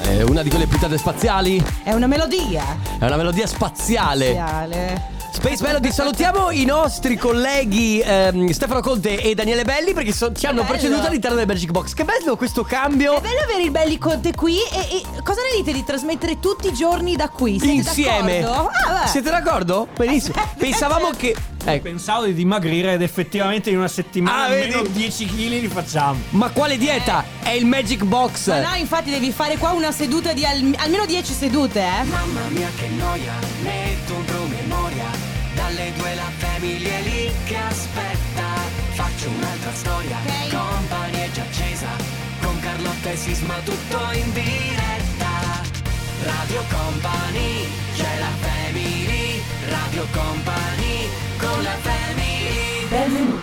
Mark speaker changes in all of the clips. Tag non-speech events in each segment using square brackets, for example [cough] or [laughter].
Speaker 1: È una di quelle puntate spaziali.
Speaker 2: È una melodia
Speaker 1: È una melodia spaziale.
Speaker 2: spaziale.
Speaker 1: Space Melody, salutiamo i nostri colleghi ehm, Stefano Conte e Daniele Belli perché so- ci hanno
Speaker 2: bello.
Speaker 1: preceduto all'interno del Magic Box. Che bello questo
Speaker 2: È
Speaker 1: cambio.
Speaker 2: bello avere il Belli Conte qui e, e cosa ne dite di trasmettere tutti i giorni da qui? Siete
Speaker 1: Insieme.
Speaker 2: d'accordo? Ah, vabbè.
Speaker 1: Siete d'accordo? Benissimo. Pensavamo che. Ecco.
Speaker 3: Pensavo di dimagrire ed effettivamente in una settimana
Speaker 1: Ah, vedi?
Speaker 3: almeno 10 kg li facciamo.
Speaker 1: Ma quale dieta? È il Magic Box.
Speaker 2: Ma no, infatti devi fare qua una seduta di al- almeno 10 sedute, eh.
Speaker 4: Mamma mia che noia, metto un promemoria Dalle due la famiglia è lì che aspetta Faccio un'altra storia,
Speaker 2: Ok.
Speaker 4: company è già accesa Con Carlotta e Sisma tutto in diretta Radio Company, c'è la family Radio Company, con la family
Speaker 5: Benvenuti.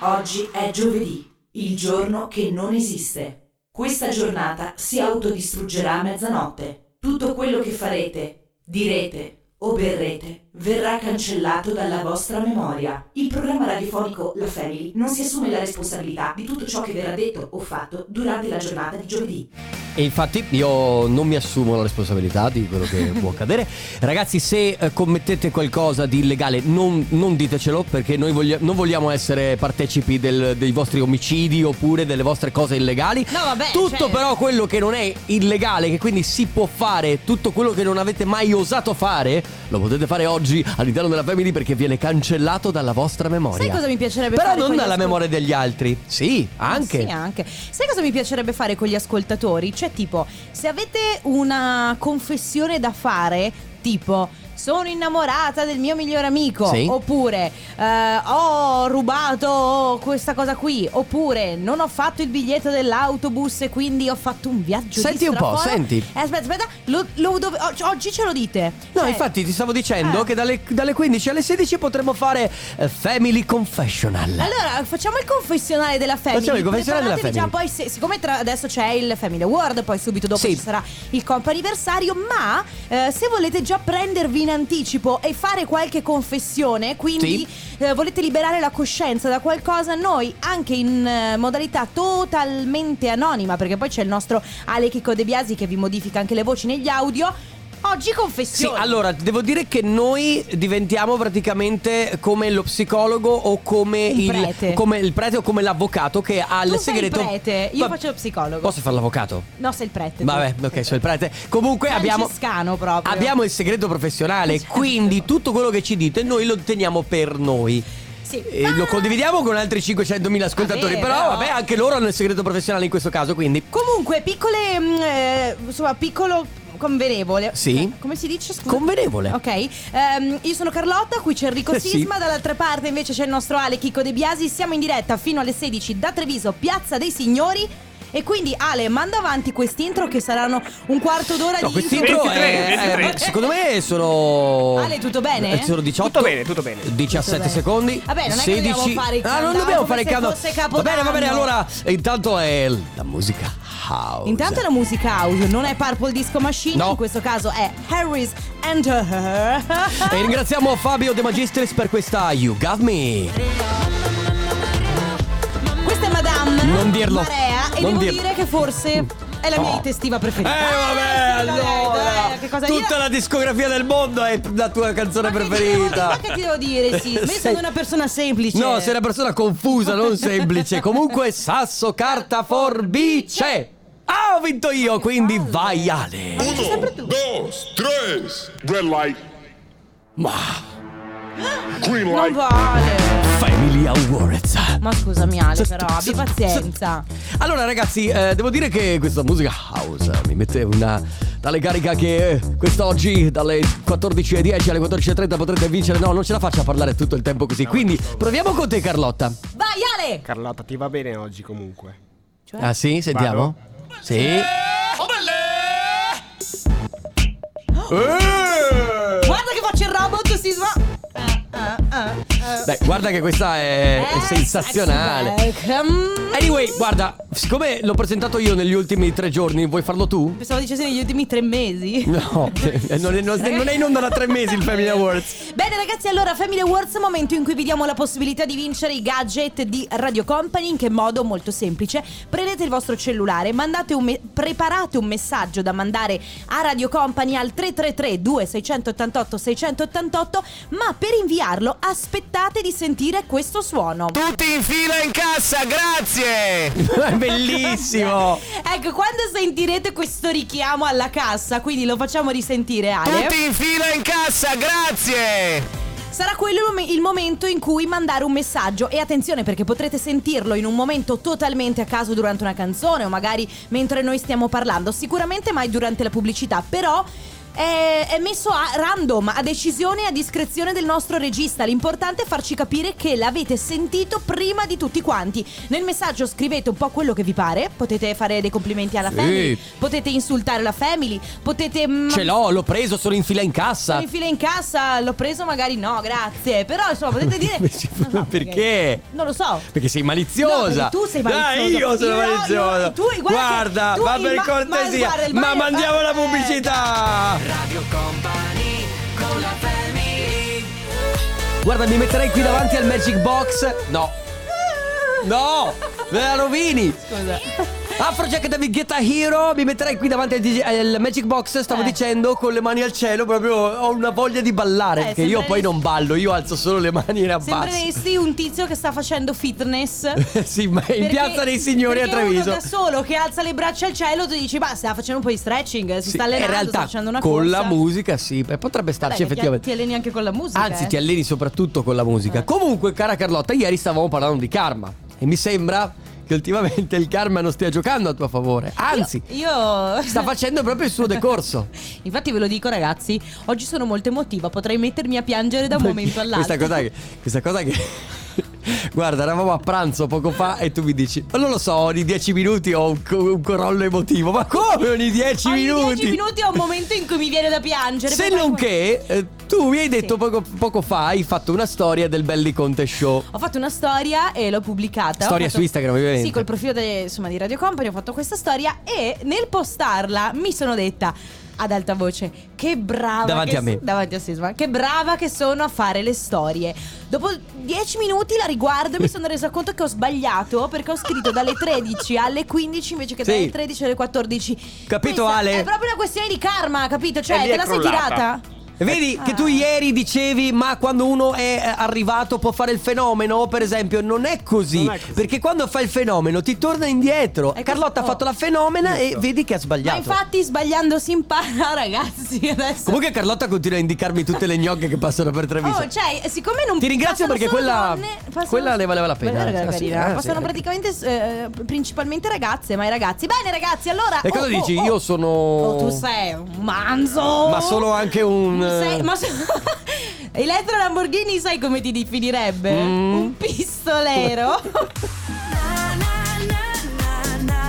Speaker 5: Oggi è giovedì, il giorno che non esiste. Questa giornata si autodistruggerà a mezzanotte. Tutto quello che farete, direte o berrete verrà cancellato dalla vostra memoria. Il programma radiofonico La Family non si assume la responsabilità di tutto ciò che verrà detto o fatto durante la giornata di giovedì.
Speaker 1: E infatti io non mi assumo la responsabilità di quello che
Speaker 2: [laughs]
Speaker 1: può accadere. Ragazzi, se eh, commettete qualcosa di illegale, non, non ditecelo perché noi voglia- non vogliamo essere partecipi del- dei vostri omicidi oppure delle vostre cose illegali.
Speaker 2: No, vabbè,
Speaker 1: Tutto
Speaker 2: cioè-
Speaker 1: però quello che non è illegale, che quindi si può fare, tutto quello che non avete mai osato fare, lo potete fare oggi all'interno della Family perché viene cancellato dalla vostra memoria.
Speaker 2: Sai cosa mi piacerebbe
Speaker 1: Però
Speaker 2: fare?
Speaker 1: non
Speaker 2: con gli
Speaker 1: dalla
Speaker 2: ascol-
Speaker 1: memoria degli altri. Sì, anche.
Speaker 2: Sì, anche. Sai cosa mi piacerebbe fare con gli ascoltatori? Cioè, tipo, se avete una confessione da fare, tipo. Sono innamorata del mio migliore amico.
Speaker 1: Sì.
Speaker 2: Oppure eh, ho rubato questa cosa qui. Oppure non ho fatto il biglietto dell'autobus e quindi ho fatto un viaggio. di
Speaker 1: Senti un po',
Speaker 2: straforo.
Speaker 1: senti.
Speaker 2: Eh, aspetta, aspetta. lo- lo dove- o- oggi ce lo dite.
Speaker 1: No,
Speaker 2: Cioè,
Speaker 1: infatti ti stavo dicendo
Speaker 2: eh.
Speaker 1: che dalle, dalle 15 alle 16 potremmo fare eh, Family Confessional.
Speaker 2: Allora, facciamo il confessionale della Family.
Speaker 1: Facciamo il confessionale della
Speaker 2: Preparatevi
Speaker 1: Family.
Speaker 2: Già, poi, se- siccome tra- adesso c'è il Family Award, poi subito dopo
Speaker 1: Sì.
Speaker 2: ci sarà il comp anniversario. Ma eh, se volete già prendervi in anticipo e fare qualche confessione, quindi eh, volete liberare la coscienza da qualcosa, noi anche in eh, modalità totalmente anonima, perché poi c'è il nostro Ale Chicco De Biasi che vi modifica anche le voci negli audio. Oggi
Speaker 1: Sì,
Speaker 2: confessione.
Speaker 1: allora devo dire che noi diventiamo praticamente come lo psicologo o come
Speaker 2: Il
Speaker 1: il,
Speaker 2: prete.
Speaker 1: come il prete o come l'avvocato che ha il
Speaker 2: Tu sei il
Speaker 1: segreto.
Speaker 2: prete, io
Speaker 1: Ma-
Speaker 2: faccio lo psicologo.
Speaker 1: Posso fare l'avvocato?
Speaker 2: No, sei il prete. tu.
Speaker 1: Vabbè, ok, sono il prete. Comunque abbiamo
Speaker 2: Francescano proprio.
Speaker 1: Abbiamo il segreto professionale,
Speaker 2: Certo.
Speaker 1: quindi tutto quello che ci dite noi lo teniamo per noi.
Speaker 2: Sì.
Speaker 1: E lo
Speaker 2: Ma-
Speaker 1: condividiamo con altri 500.000 ascoltatori,
Speaker 2: Ah! Vabbè,
Speaker 1: però,
Speaker 2: però-
Speaker 1: vabbè anche loro hanno il segreto professionale in questo caso, quindi...
Speaker 2: Comunque, piccole. mh, eh, insomma, piccolo. Convenevole.
Speaker 1: Sì.
Speaker 2: Eh, Come si dice? Scusa.
Speaker 1: Convenevole.
Speaker 2: Ok. Ehm, io sono Carlotta, qui c'è
Speaker 1: [laughs]
Speaker 2: Enrico
Speaker 1: Sì.
Speaker 2: Sisma, dall'altra parte invece c'è il nostro Ale Chicco De Biasi. Siamo in diretta fino alle 16 da Treviso, Piazza dei Signori. E quindi Ale, manda avanti quest'intro che saranno un quarto d'ora
Speaker 1: No,
Speaker 2: di
Speaker 1: quest'intro
Speaker 2: intro. Eh,
Speaker 1: è- è- secondo me sono.
Speaker 2: Ale, tutto bene?
Speaker 1: eh, Sono 18.
Speaker 3: Tutto bene, tutto bene.
Speaker 1: 17
Speaker 2: Tutto bene.
Speaker 1: secondi.
Speaker 2: Vabbè, non è che
Speaker 1: 16.
Speaker 2: dobbiamo fare il
Speaker 1: Ah, non
Speaker 2: countdown
Speaker 1: dobbiamo
Speaker 2: come
Speaker 1: fare il
Speaker 2: se
Speaker 1: countdown.
Speaker 2: fosse
Speaker 1: Va bene, va bene.
Speaker 2: Capodanno.
Speaker 1: Allora, intanto è l- la musica house.
Speaker 2: Intanto è la musica audio, non è Purple Disco Machine,
Speaker 1: No.
Speaker 2: in questo caso è Harris and Her.
Speaker 1: E ringraziamo Fabio De Magistris per questa You Got
Speaker 2: Eh,
Speaker 1: Me. Eh,
Speaker 2: Questa è Madame
Speaker 1: Non dirlo.
Speaker 2: Marea e
Speaker 1: Non
Speaker 2: devo
Speaker 1: dirlo.
Speaker 2: dire che forse è la mia
Speaker 1: Oh.
Speaker 2: intestiva
Speaker 1: Eh,
Speaker 2: preferita.
Speaker 1: vabbè,
Speaker 2: Ah, sì, dai,
Speaker 1: allora.
Speaker 2: dai, che cosa
Speaker 1: Tutta
Speaker 2: io-
Speaker 1: la discografia del mondo è la tua canzone
Speaker 2: Ma che
Speaker 1: preferita.
Speaker 2: ti devo dire, Che ti devo
Speaker 1: [laughs]
Speaker 2: dire, sì. Ma io
Speaker 1: Sei-
Speaker 2: sono una persona semplice.
Speaker 1: No, sei una persona confusa, non semplice. Comunque, sasso, carta, forbice. Ah, ho vinto io, quindi vai Ale.
Speaker 6: Uno, dos, tres. Red light,
Speaker 1: Ma
Speaker 6: green
Speaker 2: Non
Speaker 6: light.
Speaker 2: vale.
Speaker 1: Family Awards.
Speaker 2: Ma scusami Ale, però abbi pazienza.
Speaker 1: Allora, ragazzi, eh, devo dire che questa musica house eh, mi mette una tale carica che eh, quest'oggi dalle 14.10 alle 14.30 potrete vincere. No, non ce la faccio a parlare tutto il tempo così. Quindi proviamo con te, Carlotta.
Speaker 2: Vai Ale!
Speaker 3: Carlotta, ti va bene oggi comunque.
Speaker 2: Cioè?
Speaker 1: Ah, sì, sentiamo. Sì. Eh!
Speaker 2: Guarda che faccio il robot, Sisma. Ah, ah, ah, ah.
Speaker 1: Beh, guarda che questa è, è
Speaker 2: Eh,
Speaker 1: sensazionale.
Speaker 2: sexy back. Mm.
Speaker 1: Anyway, guarda, siccome l'ho presentato io negli ultimi tre giorni, vuoi farlo tu?
Speaker 2: Pensavo dicessi negli ultimi tre mesi.
Speaker 1: No,
Speaker 2: [laughs]
Speaker 1: [laughs] eh, non è, non- non è in onda da tre mesi il Family Awards.
Speaker 2: Bene ragazzi, allora Family Awards, momento in cui vi diamo la possibilità di vincere i gadget di Radio Company, in che modo? Molto semplice. Prendete il vostro cellulare, mandate un me- preparate un messaggio da mandare a Radio Company al 333 2688 688, ma per inviarlo aspettate di sentire questo suono.
Speaker 7: Tutti in fila in cassa, grazie!
Speaker 1: È [laughs] bellissimo.
Speaker 2: Ecco, quando sentirete questo richiamo alla cassa, quindi lo facciamo risentire Ale.
Speaker 7: Tutti in fila in cassa, grazie!
Speaker 2: Sarà quello il mom- il momento in cui mandare un messaggio e attenzione perché potrete sentirlo in un momento totalmente a caso durante una canzone o magari mentre noi stiamo parlando, sicuramente mai durante la pubblicità, però è, è messo a random, a decisione e a discrezione del nostro regista, l'importante è farci capire che l'avete sentito prima di tutti quanti. Nel messaggio scrivete un po' quello che vi pare, potete fare dei complimenti alla
Speaker 1: Sì.
Speaker 2: family, potete insultare la family, potete... mm,
Speaker 1: Ce l'ho, l'ho preso, sono in fila in
Speaker 2: sono
Speaker 1: cassa.
Speaker 2: in fila in cassa, l'ho preso, magari no, grazie. Però insomma,
Speaker 1: [laughs]
Speaker 2: potete dire. Non so
Speaker 1: Perché?
Speaker 2: Non lo so.
Speaker 1: Perché sei
Speaker 2: No,
Speaker 1: maliziosa.
Speaker 2: perché tu sei
Speaker 1: Dai,
Speaker 2: malizioso.
Speaker 1: io sono
Speaker 2: Io- io-
Speaker 1: maliziosa.
Speaker 2: tu, guarda che- tu
Speaker 1: va
Speaker 2: il
Speaker 1: per
Speaker 2: ma- ma-
Speaker 1: cortesia. Ma,
Speaker 2: guarda, il ma-
Speaker 1: mandiamo la
Speaker 2: eh.
Speaker 1: pubblicità.
Speaker 4: Radio Company con la family
Speaker 1: Guarda, mi metterei qui davanti al Magic Box. No. No, me la rovini. Afrojack da Guetta Hero, mi metterei qui davanti al, DJ al Magic Box, stavo
Speaker 2: Eh.
Speaker 1: dicendo, con le mani al cielo, proprio ho una voglia di ballare,
Speaker 2: Eh,
Speaker 1: perché io
Speaker 2: sembreresti-
Speaker 1: poi non ballo, io alzo solo le mani e ne abbasso. [laughs]
Speaker 2: Sembreresti un tizio che sta facendo fitness.
Speaker 1: sì, ma [laughs] in
Speaker 2: Perché-
Speaker 1: piazza dei signori a
Speaker 2: perché
Speaker 1: Treviso.
Speaker 2: Uno da solo che alza le braccia al cielo, tu dici, ma sta facendo un po' di stretching, si
Speaker 1: Sì,
Speaker 2: sta allenando,
Speaker 1: in realtà,
Speaker 2: sta facendo una
Speaker 1: con
Speaker 2: corsa.
Speaker 1: la musica, sì, beh, potrebbe
Speaker 2: Vabbè,
Speaker 1: starci
Speaker 2: che ti-
Speaker 1: effettivamente.
Speaker 2: Ti Eh. alleni anche con la musica.
Speaker 1: Anzi,
Speaker 2: eh.
Speaker 1: ti alleni soprattutto con la musica. Comunque, cara Carlotta, ieri stavamo parlando di karma. E mi sembra che ultimamente il karma non stia giocando a tuo favore. Anzi,
Speaker 2: Io. [laughs]
Speaker 1: sta facendo proprio il suo decorso.
Speaker 2: Infatti, ve lo dico, ragazzi. Oggi sono molto emotiva. Potrei mettermi a piangere da un momento all'altro.
Speaker 1: Questa cosa che. Questa cosa che... [laughs] Guarda, eravamo a pranzo poco fa e tu mi dici: Non lo so, ogni 10 minuti ho un, co- un corollo emotivo. Ma come ogni 10
Speaker 2: Ogni
Speaker 1: minuti?
Speaker 2: 10 minuti è un momento in cui mi viene da piangere.
Speaker 1: Se
Speaker 2: poi
Speaker 1: non
Speaker 2: qualcuno-
Speaker 1: che eh, tu mi hai detto
Speaker 2: Sì.
Speaker 1: poco, poco fa, hai fatto una storia del Belli Conte Show.
Speaker 2: Ho fatto una storia e l'ho pubblicata. Ho
Speaker 1: Storia
Speaker 2: fatto-
Speaker 1: su Instagram, ovviamente.
Speaker 2: Sì, col profilo de- insomma, di Radio Company ho fatto questa storia e nel postarla mi sono detta ad alta voce che brava
Speaker 1: Davanti
Speaker 2: che
Speaker 1: a me.
Speaker 2: davanti a Sisma che brava che sono a fare le storie dopo 10 minuti la riguardo e mi sono resa conto che ho sbagliato perché ho scritto dalle 13 alle 15 invece che
Speaker 1: Sì.
Speaker 2: dalle 13 alle 14
Speaker 1: Capito,
Speaker 2: Questa
Speaker 1: Ale?
Speaker 2: è proprio una questione di karma capito
Speaker 3: E
Speaker 2: cioè
Speaker 3: lì
Speaker 2: te
Speaker 3: è
Speaker 2: la sei
Speaker 3: crollata.
Speaker 2: tirata
Speaker 1: E Vedi che tu
Speaker 2: Ah.
Speaker 1: ieri dicevi ma quando uno è eh, arrivato può fare il fenomeno, per esempio, non è così,
Speaker 3: Non è così.
Speaker 1: perché quando fai il fenomeno ti torna indietro.
Speaker 2: Ecco,
Speaker 1: Carlotta ha
Speaker 2: oh.
Speaker 1: fatto la fenomena e
Speaker 3: Giusto.
Speaker 1: vedi che ha
Speaker 2: ma
Speaker 1: sbagliato.
Speaker 2: infatti sbagliando si impara [laughs] ragazzi adesso
Speaker 1: Comunque Carlotta continua a indicarmi tutte le gnocche che passano per Treviso.
Speaker 2: Oh, cioè, siccome non
Speaker 1: Ti ringrazio
Speaker 2: passano
Speaker 1: perché
Speaker 2: solo
Speaker 1: quella-
Speaker 2: donne, passano-
Speaker 1: quella ne valeva la pena, eh,
Speaker 2: Quella era
Speaker 1: anzi,
Speaker 2: carina.
Speaker 1: anzi,
Speaker 2: Passano
Speaker 1: era
Speaker 2: praticamente eh, principalmente ragazze, ma i ragazzi. Bene, ragazzi, allora.
Speaker 1: E cosa
Speaker 2: oh,
Speaker 1: dici?
Speaker 2: oh, oh.
Speaker 1: Io sono
Speaker 2: Oh, tu sei un manzo.
Speaker 1: Ma sono anche un eh,
Speaker 2: Sei, ma [laughs] so- Elettro Lamborghini, sai come ti definirebbe?
Speaker 1: Mm.
Speaker 2: Un pistolero.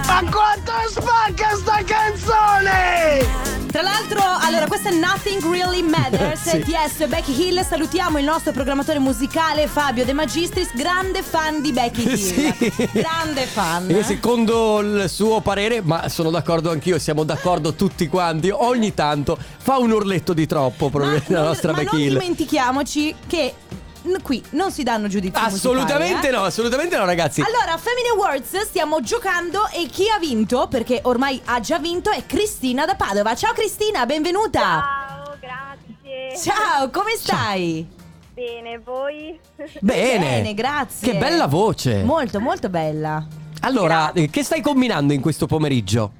Speaker 7: Ma quanto spacca sta canzone!
Speaker 2: Tra l'altro, allora, questa è Nothing Really Matters.
Speaker 1: [laughs] Sì.
Speaker 2: TS e Becky Hill. Salutiamo il nostro programmatore musicale Fabio De Magistris, grande fan di
Speaker 1: [laughs]
Speaker 2: Becky Hill.
Speaker 1: Sì.
Speaker 2: Grande fan.
Speaker 1: E secondo il suo parere, ma sono d'accordo anch'io, siamo d'accordo tutti quanti, ogni tanto fa un urletto di troppo
Speaker 2: Ma
Speaker 1: probabilmente [laughs] la
Speaker 2: non-
Speaker 1: nostra
Speaker 2: ma
Speaker 1: Becky
Speaker 2: non
Speaker 1: Hill.
Speaker 2: dimentichiamoci che n- qui non si danno giudizi
Speaker 1: Assolutamente
Speaker 2: musicali, eh.
Speaker 1: no, assolutamente no ragazzi.
Speaker 2: Allora, Family Awards stiamo giocando e chi ha vinto, perché ormai ha già vinto, è Cristina da Padova. Ciao Cristina, benvenuta.
Speaker 8: Ciao, grazie.
Speaker 2: Ciao, come stai?
Speaker 8: Bene, voi? [laughs]
Speaker 1: Bene.
Speaker 2: grazie.
Speaker 1: Che bella voce.
Speaker 2: Molto, molto bella.
Speaker 1: allora, eh, che stai combinando in questo pomeriggio?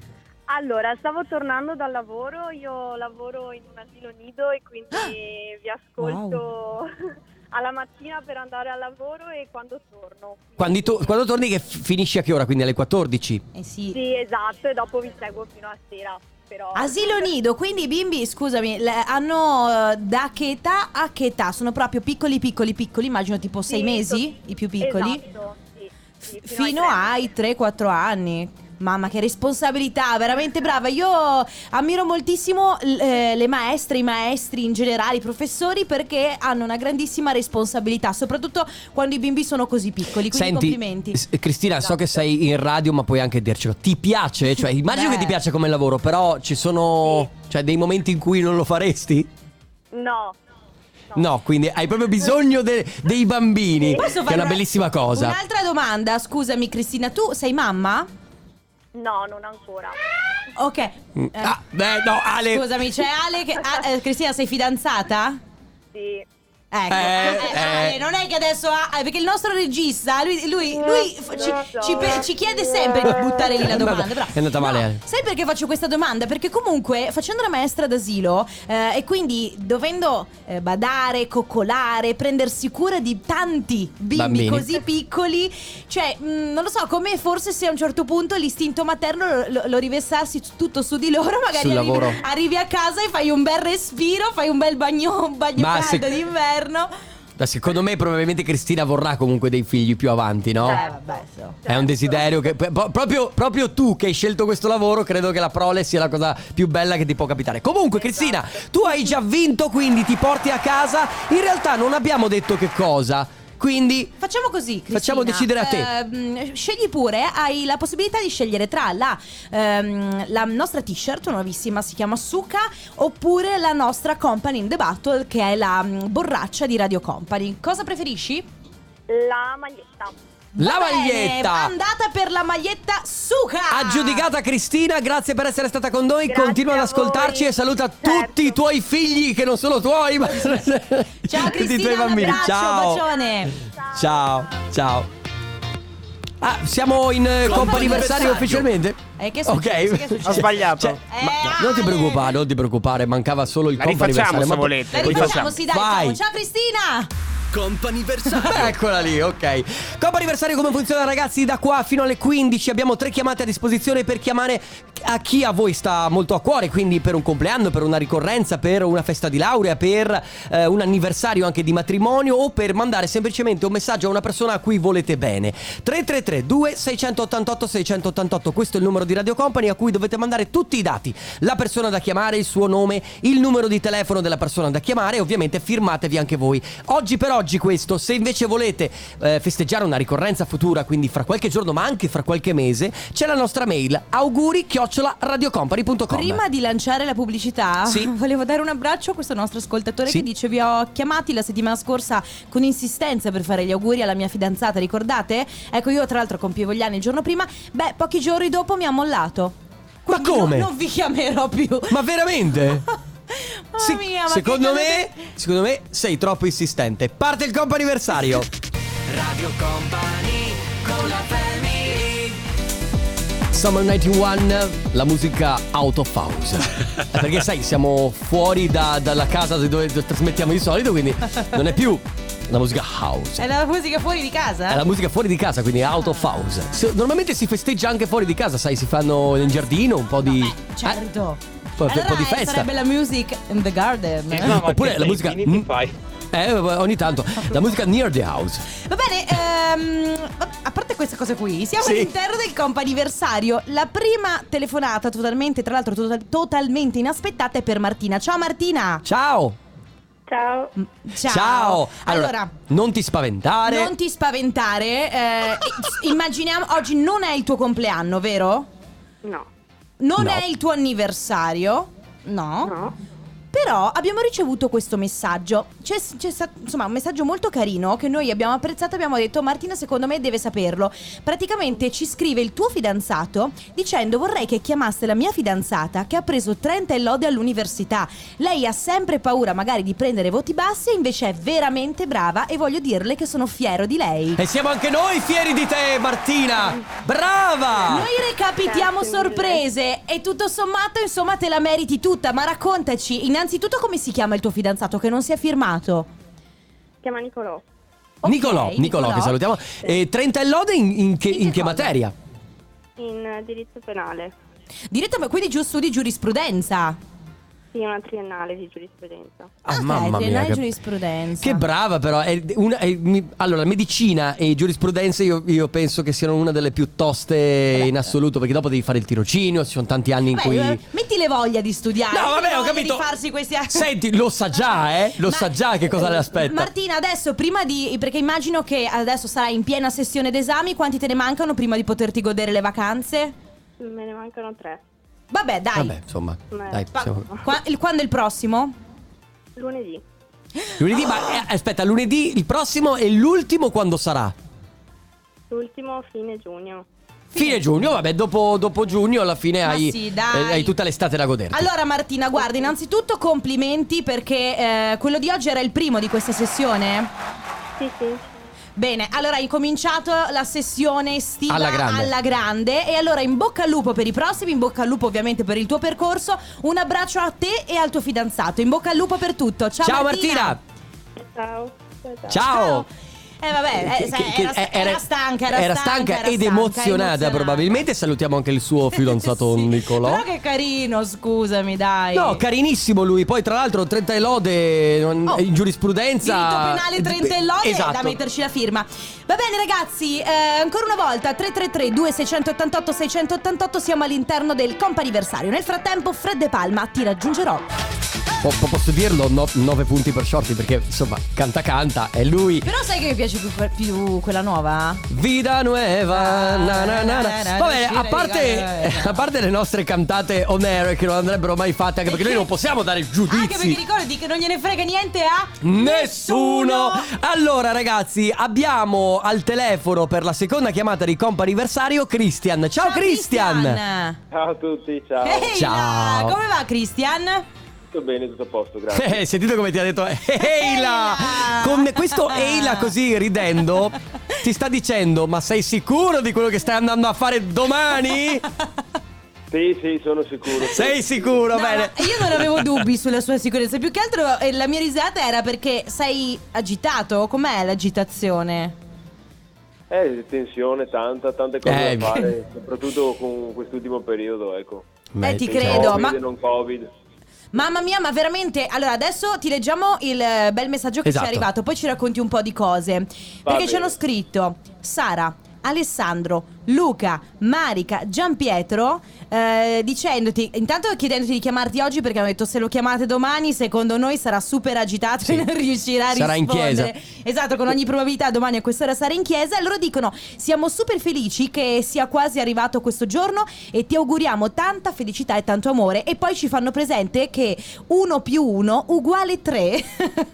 Speaker 8: Allora, stavo tornando dal lavoro, io lavoro in un asilo nido e
Speaker 2: Ah!
Speaker 8: quindi vi ascolto [laughs] alla mattina per andare al lavoro e quando torno.
Speaker 1: Quando, to- quando torni che f- finisci a che ora? Quindi alle 14?
Speaker 2: Eh sì.
Speaker 8: Sì, esatto, e dopo vi seguo fino a sera. Però...
Speaker 2: Asilo nido, quindi i bimbi, scusami, le- hanno eh, da che età a che età? Sono proprio piccoli, piccoli, piccoli, immagino tipo
Speaker 8: Sì,
Speaker 2: sei mesi,
Speaker 8: so-
Speaker 2: i più piccoli.
Speaker 8: Esatto, sì, sì,
Speaker 2: Fino
Speaker 8: tre.
Speaker 2: ai 3-4 anni. Mamma che responsabilità, veramente brava. Io ammiro moltissimo l- eh, le maestre, i maestri in generale, i professori perché hanno una grandissima responsabilità, soprattutto quando i bimbi sono così piccoli. Quindi complimenti. Esatto.
Speaker 1: s- Cristina, so che sei in radio, ma puoi anche dircelo. Ti piace? Cioè, immagino
Speaker 2: Beh.
Speaker 1: che ti piaccia come lavoro, però ci sono cioè, dei momenti in cui non lo faresti?
Speaker 8: No.
Speaker 1: No, quindi hai proprio bisogno de- dei bambini,
Speaker 2: Posso
Speaker 1: che
Speaker 2: fare
Speaker 1: è una
Speaker 2: una-
Speaker 1: bellissima cosa.
Speaker 2: Un'altra domanda, scusami Cristina, tu sei mamma?
Speaker 8: No, non ancora.
Speaker 2: Ok. Eh,
Speaker 1: Ah, beh, no, Ale.
Speaker 2: Scusami, c'è Ale che... ah, eh, Cristina, sei fidanzata?
Speaker 8: Sì.
Speaker 2: Ecco,
Speaker 1: Eh,
Speaker 2: Eh,
Speaker 1: eh.
Speaker 2: Ale, non è che adesso ha, eh, perché il nostro regista, lui, lui- lui f- ci, ci pe- ci chiede sempre di buttare lì la domanda.
Speaker 1: Eh, Vabbè,
Speaker 2: però-
Speaker 1: è andata male, Ale.
Speaker 2: Sai perché faccio questa domanda? Perché comunque facendo la maestra d'asilo eh, e quindi dovendo eh, badare, coccolare, prendersi cura di tanti bimbi
Speaker 1: Bambini.
Speaker 2: così piccoli, cioè mh, non lo so, come forse se a un certo punto l'istinto materno lo, lo- lo rivessassi tutto su di loro, magari
Speaker 1: Sul
Speaker 2: arrivi,
Speaker 1: lavoro.
Speaker 2: arrivi a casa e fai un bel respiro, fai un bel bagno, un bagno
Speaker 1: Ma
Speaker 2: caldo
Speaker 1: se- Oh.
Speaker 2: d'inverno.
Speaker 1: Ma Secondo me probabilmente Cristina vorrà comunque dei figli più avanti, no?
Speaker 2: Eh, vabbè, so.
Speaker 1: È un desiderio che. po- proprio, proprio tu che hai scelto questo lavoro, credo che la prole sia la cosa più bella che ti può capitare. Comunque, Cristina, tu hai già vinto, quindi ti porti a casa. In realtà non abbiamo detto che cosa. Quindi.
Speaker 2: Facciamo così, Cristina.
Speaker 1: Facciamo decidere a te.
Speaker 2: Ehm, scegli pure, hai la possibilità di scegliere tra la, ehm, la nostra t-shirt nuovissima, si chiama Suka, oppure la nostra Company in the Battle, che è la mm, borraccia di Radio Company. Cosa preferisci?
Speaker 8: La maglietta.
Speaker 1: La
Speaker 2: Va bene,
Speaker 1: maglietta!
Speaker 2: Andata per la maglietta Suka!
Speaker 1: Aggiudicata Cristina, grazie per essere stata con noi.
Speaker 8: Grazie
Speaker 1: Continua ad
Speaker 8: a
Speaker 1: ascoltarci
Speaker 8: voi.
Speaker 1: e saluta
Speaker 8: Certo.
Speaker 1: tutti i tuoi figli che non sono tuoi, ma [laughs]
Speaker 2: Ciao
Speaker 1: tutti i
Speaker 2: Cristina,
Speaker 1: tuoi bambini.
Speaker 2: un abbraccio,
Speaker 1: Ciao.
Speaker 2: bacione!
Speaker 1: Ciao, ciao. Ah, siamo in eh, compa anniversario ufficialmente?
Speaker 2: Eh, che è
Speaker 1: Ok. Cioè,
Speaker 2: successo? Che è successo?
Speaker 3: Ho sbagliato.
Speaker 1: ma-
Speaker 2: Eh,
Speaker 1: non ti
Speaker 2: Ale.
Speaker 1: preoccupare, non ti preoccupare, mancava solo il
Speaker 3: La
Speaker 1: compa
Speaker 3: rifacciamo
Speaker 1: anniversario.
Speaker 3: se volete.
Speaker 2: La
Speaker 3: Poi
Speaker 2: rifacciamo, sì, dai,
Speaker 1: Vai.
Speaker 2: facciamo. Ciao Cristina!
Speaker 1: Eccola lì, ok. Compa anniversario come funziona ragazzi? Da qua fino alle 15 abbiamo tre chiamate a disposizione per chiamare a chi a voi sta molto a cuore, quindi per un compleanno, per una ricorrenza, per una festa di laurea, per eh, un anniversario anche di matrimonio o per mandare semplicemente un messaggio a una persona a cui volete bene. 333 2688 688, questo è il numero di Radio Company a cui dovete mandare tutti i dati, la persona da chiamare, il suo nome, il numero di telefono della persona da chiamare e ovviamente firmatevi anche voi. Oggi per oggi questo, se invece volete eh, festeggiare una ricorrenza futura, quindi fra qualche giorno ma anche fra qualche mese, c'è la nostra mail auguri radiocompany.com.
Speaker 2: Prima di lanciare la pubblicità,
Speaker 1: Sì.
Speaker 2: [laughs] volevo dare un abbraccio a questo nostro ascoltatore
Speaker 1: Sì.
Speaker 2: che dice: Vi ho chiamati la settimana scorsa con insistenza per fare gli auguri alla mia fidanzata, ricordate? Ecco, io tra l'altro compievo gli anni il giorno prima. Beh, pochi giorni dopo mi ha mollato.
Speaker 1: Ma
Speaker 2: Quindi
Speaker 1: come?
Speaker 2: Non, non vi chiamerò più.
Speaker 1: Ma veramente?
Speaker 2: [laughs] Mamma
Speaker 1: Se-
Speaker 2: Ah, mia, ma
Speaker 1: secondo
Speaker 2: che
Speaker 1: me, secondo me sei troppo insistente. Parte il compo anniversario.
Speaker 4: Radio Company con la family
Speaker 1: Summer 91, la musica out of
Speaker 2: [laughs]
Speaker 1: house. Eh, Perché sai, siamo fuori da- dalla casa dove trasmettiamo di solito, quindi non è più la musica house.
Speaker 2: È la musica fuori di casa?
Speaker 1: È la musica fuori di casa, quindi out of
Speaker 2: Ah.
Speaker 1: house. Se- normalmente si festeggia anche fuori di casa, sai, si fanno in giardino un po' di.
Speaker 2: Beh, certo.
Speaker 1: Poi per un po' di
Speaker 2: Allora,
Speaker 1: festa.
Speaker 2: Sarebbe la music in the garden.
Speaker 1: Eh, Oppure la musica. mm, Eh, ogni tanto. La musica near the house.
Speaker 2: Va bene, ehm, a parte questa cosa qui, siamo
Speaker 1: Sì.
Speaker 2: all'interno del comp'anniversario. La prima telefonata, totalmente, tra l'altro, total- totalmente inaspettata, è per Martina. Ciao Martina!
Speaker 1: Ciao!
Speaker 8: Ciao.
Speaker 2: Ciao!
Speaker 1: Allora,
Speaker 2: Allora,
Speaker 1: non ti spaventare.
Speaker 2: non ti spaventare, eh, immaginiamo, oggi non è il tuo compleanno, vero?
Speaker 8: No.
Speaker 2: Non
Speaker 1: No.
Speaker 2: è il tuo anniversario, no?
Speaker 8: No.
Speaker 2: Però abbiamo ricevuto questo messaggio. C'è, c'è sta- insomma, un messaggio molto carino che noi abbiamo apprezzato e abbiamo detto: Martina, secondo me deve saperlo. Praticamente ci scrive il tuo fidanzato dicendo: Vorrei che chiamasse la mia fidanzata che ha preso 30 e lode all'università. Lei ha sempre paura, magari, di prendere voti bassi, e invece è veramente brava e voglio dirle che sono fiero di lei.
Speaker 1: E siamo anche noi fieri di te, Martina! Brava!
Speaker 2: Noi recapitiamo
Speaker 8: Grazie mille.
Speaker 2: sorprese e tutto sommato, insomma, te la meriti tutta. Ma raccontaci, innanzitutto, come si chiama il tuo fidanzato che non si è firmato?
Speaker 8: Chiama Nicolò.
Speaker 2: Ok,
Speaker 1: Nicolò, Nicolò, che salutiamo. E 30 e lode in, in che,
Speaker 2: In che
Speaker 1: in che
Speaker 2: cosa?
Speaker 1: materia?
Speaker 8: In eh, diritto penale.
Speaker 2: Direttamente, quindi giù su di giurisprudenza.
Speaker 8: Sì, una triennale di giurisprudenza.
Speaker 1: Ah,
Speaker 2: ok,
Speaker 1: mamma mia.
Speaker 2: triennale
Speaker 1: Che...
Speaker 2: giurisprudenza.
Speaker 1: che brava però, è una- è- mi- allora medicina e giurisprudenza io, io penso che siano una delle più toste in assoluto perché dopo devi fare il tirocinio, ci sono tanti anni in
Speaker 2: Beh,
Speaker 1: cui...
Speaker 2: eh, metti le voglia di studiare.
Speaker 1: No, vabbè,
Speaker 2: metti le
Speaker 1: ho
Speaker 2: voglia
Speaker 1: capito.
Speaker 2: Di Ah, farsi questi
Speaker 1: Senti, lo sa già, eh? Lo
Speaker 2: Ma-
Speaker 1: sa già che cosa le aspetta.
Speaker 2: Martina, adesso prima di. Perché immagino che adesso sarai in piena sessione d'esami. Quanti te ne mancano prima di poterti godere le vacanze?
Speaker 8: Me ne mancano tre.
Speaker 2: Vabbè, dai.
Speaker 1: Vabbè, insomma,
Speaker 8: Eh,
Speaker 1: dai,
Speaker 2: Pa-
Speaker 1: siamo-
Speaker 2: qua- il- quando è il prossimo?
Speaker 8: Lunedì.
Speaker 1: Lunedì, ma eh, aspetta, lunedì il prossimo e l'ultimo quando sarà?
Speaker 8: L'ultimo fine giugno.
Speaker 1: Fine giugno, vabbè, dopo, dopo giugno alla fine
Speaker 2: Ma
Speaker 1: hai,
Speaker 2: sì, dai.
Speaker 1: eh, hai tutta l'estate da goderti.
Speaker 2: Allora, Martina, guarda, innanzitutto complimenti perché eh, quello di oggi era il primo di questa sessione.
Speaker 8: Sì, sì.
Speaker 2: Bene, allora hai cominciato la sessione estiva
Speaker 1: Alla grande.
Speaker 2: alla grande. E allora in bocca al lupo per i prossimi, in bocca al lupo ovviamente per il tuo percorso. Un abbraccio a te e al tuo fidanzato. In bocca al lupo per tutto. Ciao,
Speaker 1: Ciao
Speaker 2: Martina.
Speaker 1: Martina!
Speaker 8: Ciao. Ciao.
Speaker 1: Ciao!
Speaker 2: Eh vabbè, eh,
Speaker 1: Che-
Speaker 2: sai,
Speaker 1: che-
Speaker 2: era,
Speaker 1: eh,
Speaker 2: era stanca, era,
Speaker 1: era
Speaker 2: stanca, era
Speaker 1: ed
Speaker 2: stanca,
Speaker 1: emozionata,
Speaker 2: emozionata.
Speaker 1: probabilmente. Salutiamo anche il suo fidanzato
Speaker 2: [laughs] Sì.
Speaker 1: Nicolò.
Speaker 2: Però che carino, scusami, dai.
Speaker 1: No, carinissimo lui. Poi, tra l'altro, 30 e lode non-
Speaker 2: Oh.
Speaker 1: in giurisprudenza.
Speaker 2: Diritto penale 30 e lode
Speaker 1: Esatto.
Speaker 2: da metterci la firma. Va bene ragazzi, eh, ancora una volta 333 2688 688 siamo all'interno del comp'anniversario. Nel frattempo Fred De Palma ti raggiungerò.
Speaker 1: Po- po- posso dirlo? 9 punti per Shorty perché, insomma, canta canta. È lui.
Speaker 2: Però sai che mi piace più, più quella nuova?
Speaker 1: Vida nueva,
Speaker 2: Ah,
Speaker 1: na na na na.
Speaker 2: na, na, eh.
Speaker 1: Va bene,
Speaker 2: riuscire
Speaker 1: a parte, [laughs]
Speaker 2: di-
Speaker 1: a parte le nostre cantate on air che non andrebbero mai fatte, anche perché noi non possiamo dare
Speaker 2: Anche perché
Speaker 1: giudizi.
Speaker 2: ricordati che non gliene frega niente a
Speaker 1: Nessuno! Allora ragazzi, abbiamo al telefono per la seconda chiamata di compa anniversario Christian. Ciao, Christian!
Speaker 9: Ciao a tutti, ciao.
Speaker 2: Ehi là,
Speaker 1: Ciao.
Speaker 2: come va Christian?
Speaker 9: Tutto bene, tutto a posto, grazie.
Speaker 1: Eh, sentito come ti ha detto Eila!
Speaker 2: Eila!
Speaker 1: Con questo Eila così ridendo ti sta dicendo "Ma sei sicuro di quello che stai andando a fare
Speaker 2: [laughs]
Speaker 1: domani?"
Speaker 9: Sì, sì, sono sicuro.
Speaker 1: Sei sicuro?
Speaker 2: No,
Speaker 1: Bene.
Speaker 2: ma Io non avevo dubbi sulla sua sicurezza. Più che altro eh, la mia risata era perché sei agitato. Com'è l'agitazione?
Speaker 9: Eh, tensione tanta, tante cose
Speaker 1: Eh,
Speaker 9: da fare, soprattutto con quest'ultimo periodo, ecco.
Speaker 2: Eh, ti
Speaker 1: Beh,
Speaker 2: credo.
Speaker 9: Covid,
Speaker 2: Ma,
Speaker 9: non Covid.
Speaker 2: mamma mia, ma veramente. Allora, adesso ti leggiamo il eh, bel messaggio che
Speaker 1: Esatto.
Speaker 2: ci è arrivato. Poi ci racconti un po' di cose. perché
Speaker 9: bene.
Speaker 2: ci hanno scritto Sara. Alessandro, Luca, Marica, Giampietro, eh, dicendoti, intanto chiedendoti di chiamarti oggi perché hanno detto se lo chiamate domani, secondo noi sarà super agitato
Speaker 1: Sì.
Speaker 2: e non riuscirà a
Speaker 1: Sarà in
Speaker 2: rispondere.
Speaker 1: chiesa.
Speaker 2: Esatto, con ogni probabilità domani a quest'ora sarà in chiesa. E loro dicono: Siamo super felici che sia quasi arrivato questo giorno e ti auguriamo tanta felicità e tanto amore. E poi ci fanno presente che 1 più 1 uguale 3.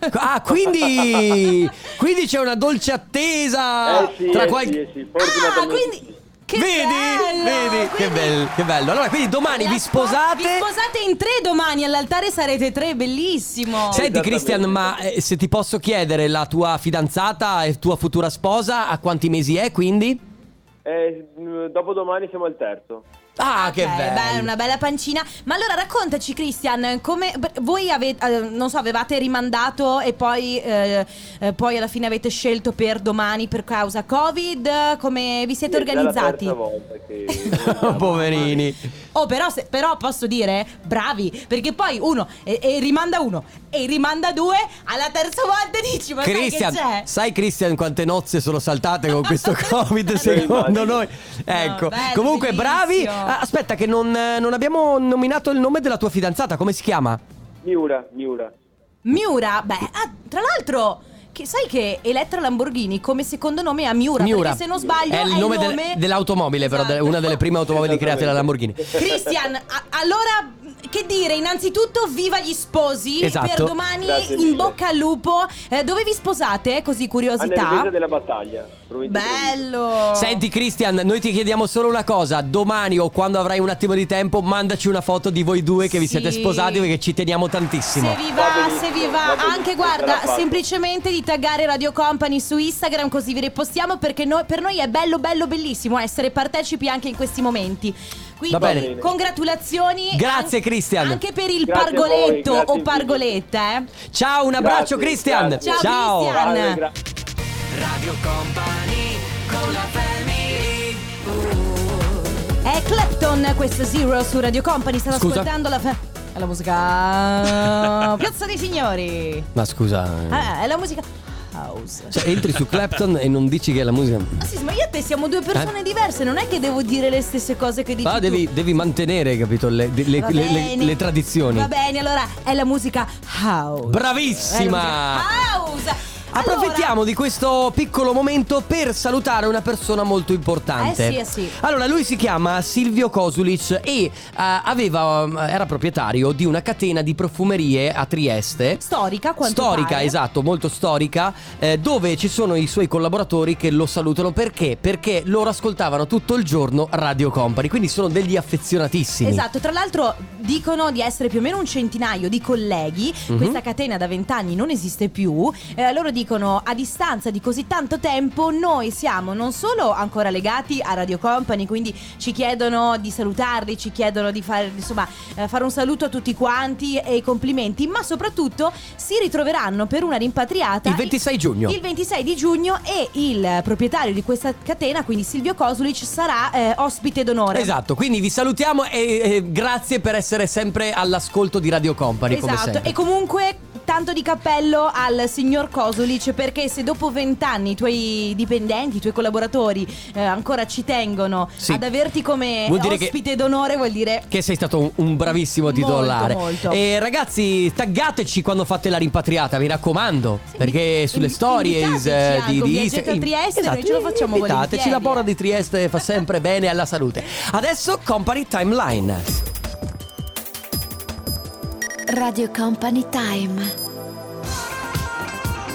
Speaker 1: Ah, quindi, quindi c'è una dolce attesa
Speaker 2: Ah,
Speaker 9: eh sì,
Speaker 1: tra
Speaker 9: eh
Speaker 1: qualche...
Speaker 9: sì, eh sì, fortunatamente.
Speaker 2: quindi. Che
Speaker 1: vedi?
Speaker 2: bello!
Speaker 1: vedi? Che
Speaker 2: Quindi
Speaker 1: bello, che bello. Allora, quindi domani
Speaker 2: la
Speaker 1: vi
Speaker 2: spo-
Speaker 1: sposate.
Speaker 2: Vi sposate in tre domani all'altare sarete tre, bellissimo.
Speaker 1: Senti
Speaker 9: Esattamente.
Speaker 1: Christian, ma eh, se ti posso chiedere la tua fidanzata e tua futura sposa a quanti mesi è quindi?
Speaker 9: Eh, dopo domani siamo al terzo.
Speaker 1: Ah, che
Speaker 2: Ok,
Speaker 1: bello. [laughs]
Speaker 2: bella, una bella pancina. Ma allora raccontaci, Christian, come beh, voi avete, eh, non so, avevate rimandato e poi, eh, eh, poi alla fine avete scelto per domani per causa Covid? Come vi siete
Speaker 9: È già
Speaker 2: organizzati?
Speaker 9: la terza volta che... [laughs]
Speaker 1: Poverini.
Speaker 2: Oh, però, se- però posso dire, bravi, perché poi uno e, e rimanda uno e rimanda due, alla terza volta dici, ma
Speaker 1: Christian,
Speaker 2: sai che c'è?
Speaker 1: sai Christian quante nozze sono saltate con
Speaker 2: [laughs]
Speaker 1: questo Covid
Speaker 2: Eh,
Speaker 1: secondo
Speaker 9: immagino.
Speaker 1: noi? Ecco,
Speaker 2: bello,
Speaker 1: comunque bravi.
Speaker 2: bellissimo.
Speaker 1: Ah, Aspetta che non, eh, non abbiamo nominato il nome della tua fidanzata, come si chiama?
Speaker 2: Ah,
Speaker 9: Miura, Miura.
Speaker 2: Miura, beh, ah, tra l'altro, che- sai che Elettra Lamborghini come secondo nome ha Miura,
Speaker 1: Miura.
Speaker 2: perché se non sbaglio
Speaker 1: È il nome, del- dell'automobile, però, de-
Speaker 2: Esatto.
Speaker 1: una delle prime automobili create dalla Lamborghini.
Speaker 2: Christian, a- allora che dire? Innanzitutto viva gli sposi
Speaker 1: Esatto.
Speaker 2: per domani
Speaker 9: Grazie
Speaker 2: in
Speaker 9: mille.
Speaker 2: bocca al lupo. Eh, dove vi sposate? Così
Speaker 9: A Nervesa
Speaker 2: curiosità.
Speaker 9: della battaglia. provincia di Treviso.
Speaker 2: Bello.
Speaker 1: Senti Christian, noi ti chiediamo solo una cosa, domani o quando avrai un attimo di tempo mandaci una foto di voi due che vi
Speaker 2: Sì.
Speaker 1: siete sposati perché ci teniamo tantissimo.
Speaker 2: Se vi va,
Speaker 9: benissimo,
Speaker 2: se vi
Speaker 9: va
Speaker 2: va,
Speaker 9: benissimo,
Speaker 2: anche
Speaker 9: sarà
Speaker 2: guarda,
Speaker 9: fatto.
Speaker 2: semplicemente di taggare Radio Company su Instagram così vi ripostiamo perché noi- per noi è bello bello bellissimo essere partecipi anche in questi momenti. Quindi
Speaker 1: Va bene.
Speaker 2: congratulazioni.
Speaker 1: Grazie,
Speaker 2: an-
Speaker 1: Christian.
Speaker 2: Anche per il
Speaker 9: Grazie a voi,
Speaker 2: pargoletto
Speaker 9: grazie
Speaker 2: o
Speaker 9: infinite.
Speaker 2: pargoletta, eh.
Speaker 1: Ciao, un abbraccio
Speaker 9: Grazie,
Speaker 1: Christian.
Speaker 9: grazie.
Speaker 2: Ciao, Christian.
Speaker 9: Vale, gra-
Speaker 4: Radio Company con la family
Speaker 2: È Clapton, questo Zero su Radio Company, stava
Speaker 1: Scusa?
Speaker 2: ascoltando la fa- È la musica. [laughs] Piazza dei signori.
Speaker 1: Ma scusa. eh.
Speaker 2: Ah, è la musica. House.
Speaker 1: Cioè, entri su Clapton e non dici che è la musica.
Speaker 2: Ma sì, ma io e te siamo due persone diverse, non è che devo dire le stesse cose che dici
Speaker 1: Eh? Ah,
Speaker 2: tu.
Speaker 1: devi, devi mantenere, capito, le, de- le-
Speaker 2: Va
Speaker 1: le- le-
Speaker 2: bene.
Speaker 1: le tradizioni.
Speaker 2: Va bene, allora è la musica house. È la
Speaker 1: Bravissima!
Speaker 2: musica house. Ah, Allora-
Speaker 1: Approfittiamo di questo piccolo momento per salutare una persona molto importante.
Speaker 2: Eh sì, eh sì.
Speaker 1: Allora, lui si chiama Silvio Kosulic e eh, aveva, um, era proprietario di una catena di profumerie a Trieste.
Speaker 2: Storica, quanto
Speaker 1: storica,
Speaker 2: pare.
Speaker 1: esatto, molto storica, eh, dove ci sono i suoi collaboratori che lo salutano perché? Perché loro ascoltavano tutto il giorno Radio Company, quindi sono degli affezionatissimi.
Speaker 2: Esatto, tra l'altro dicono di essere più o meno un centinaio di colleghi,
Speaker 1: Mhm.
Speaker 2: questa catena da vent'anni non esiste più, eh, loro dicono a distanza di così tanto tempo noi siamo non solo ancora legati a Radio Company, quindi ci chiedono di salutarli, ci chiedono di fare, insomma, eh, fare un saluto a tutti quanti e i complimenti, ma soprattutto si ritroveranno per una rimpatriata
Speaker 1: Il 26 giugno.
Speaker 2: il 26 di giugno e il proprietario di questa catena, quindi Silvio Kosulic, sarà eh, ospite d'onore.
Speaker 1: Esatto, quindi vi salutiamo e, e grazie per essere sempre all'ascolto di Radio Company come
Speaker 2: Esatto,
Speaker 1: sempre.
Speaker 2: e comunque tanto di cappello al signor Kosulic perché se dopo vent'anni i tuoi dipendenti, i tuoi collaboratori eh, ancora ci tengono
Speaker 1: Sì.
Speaker 2: ad averti come
Speaker 1: Vuol dire che-
Speaker 2: ospite d'onore vuol dire...
Speaker 1: Che sei stato un, un bravissimo
Speaker 2: Molto,
Speaker 1: titolare.
Speaker 2: molto.
Speaker 1: E ragazzi, taggateci quando fate la rimpatriata, mi raccomando. perché sulle
Speaker 2: invi-
Speaker 1: stories
Speaker 2: invitateci
Speaker 1: eh, di, di
Speaker 2: anche, viaggete a Trieste, noi ce lo facciamo
Speaker 1: Invitateci,
Speaker 2: volentieri.
Speaker 1: la bora di Trieste fa sempre bene alla salute. Adesso Company Timeline.
Speaker 10: Radio Company Time.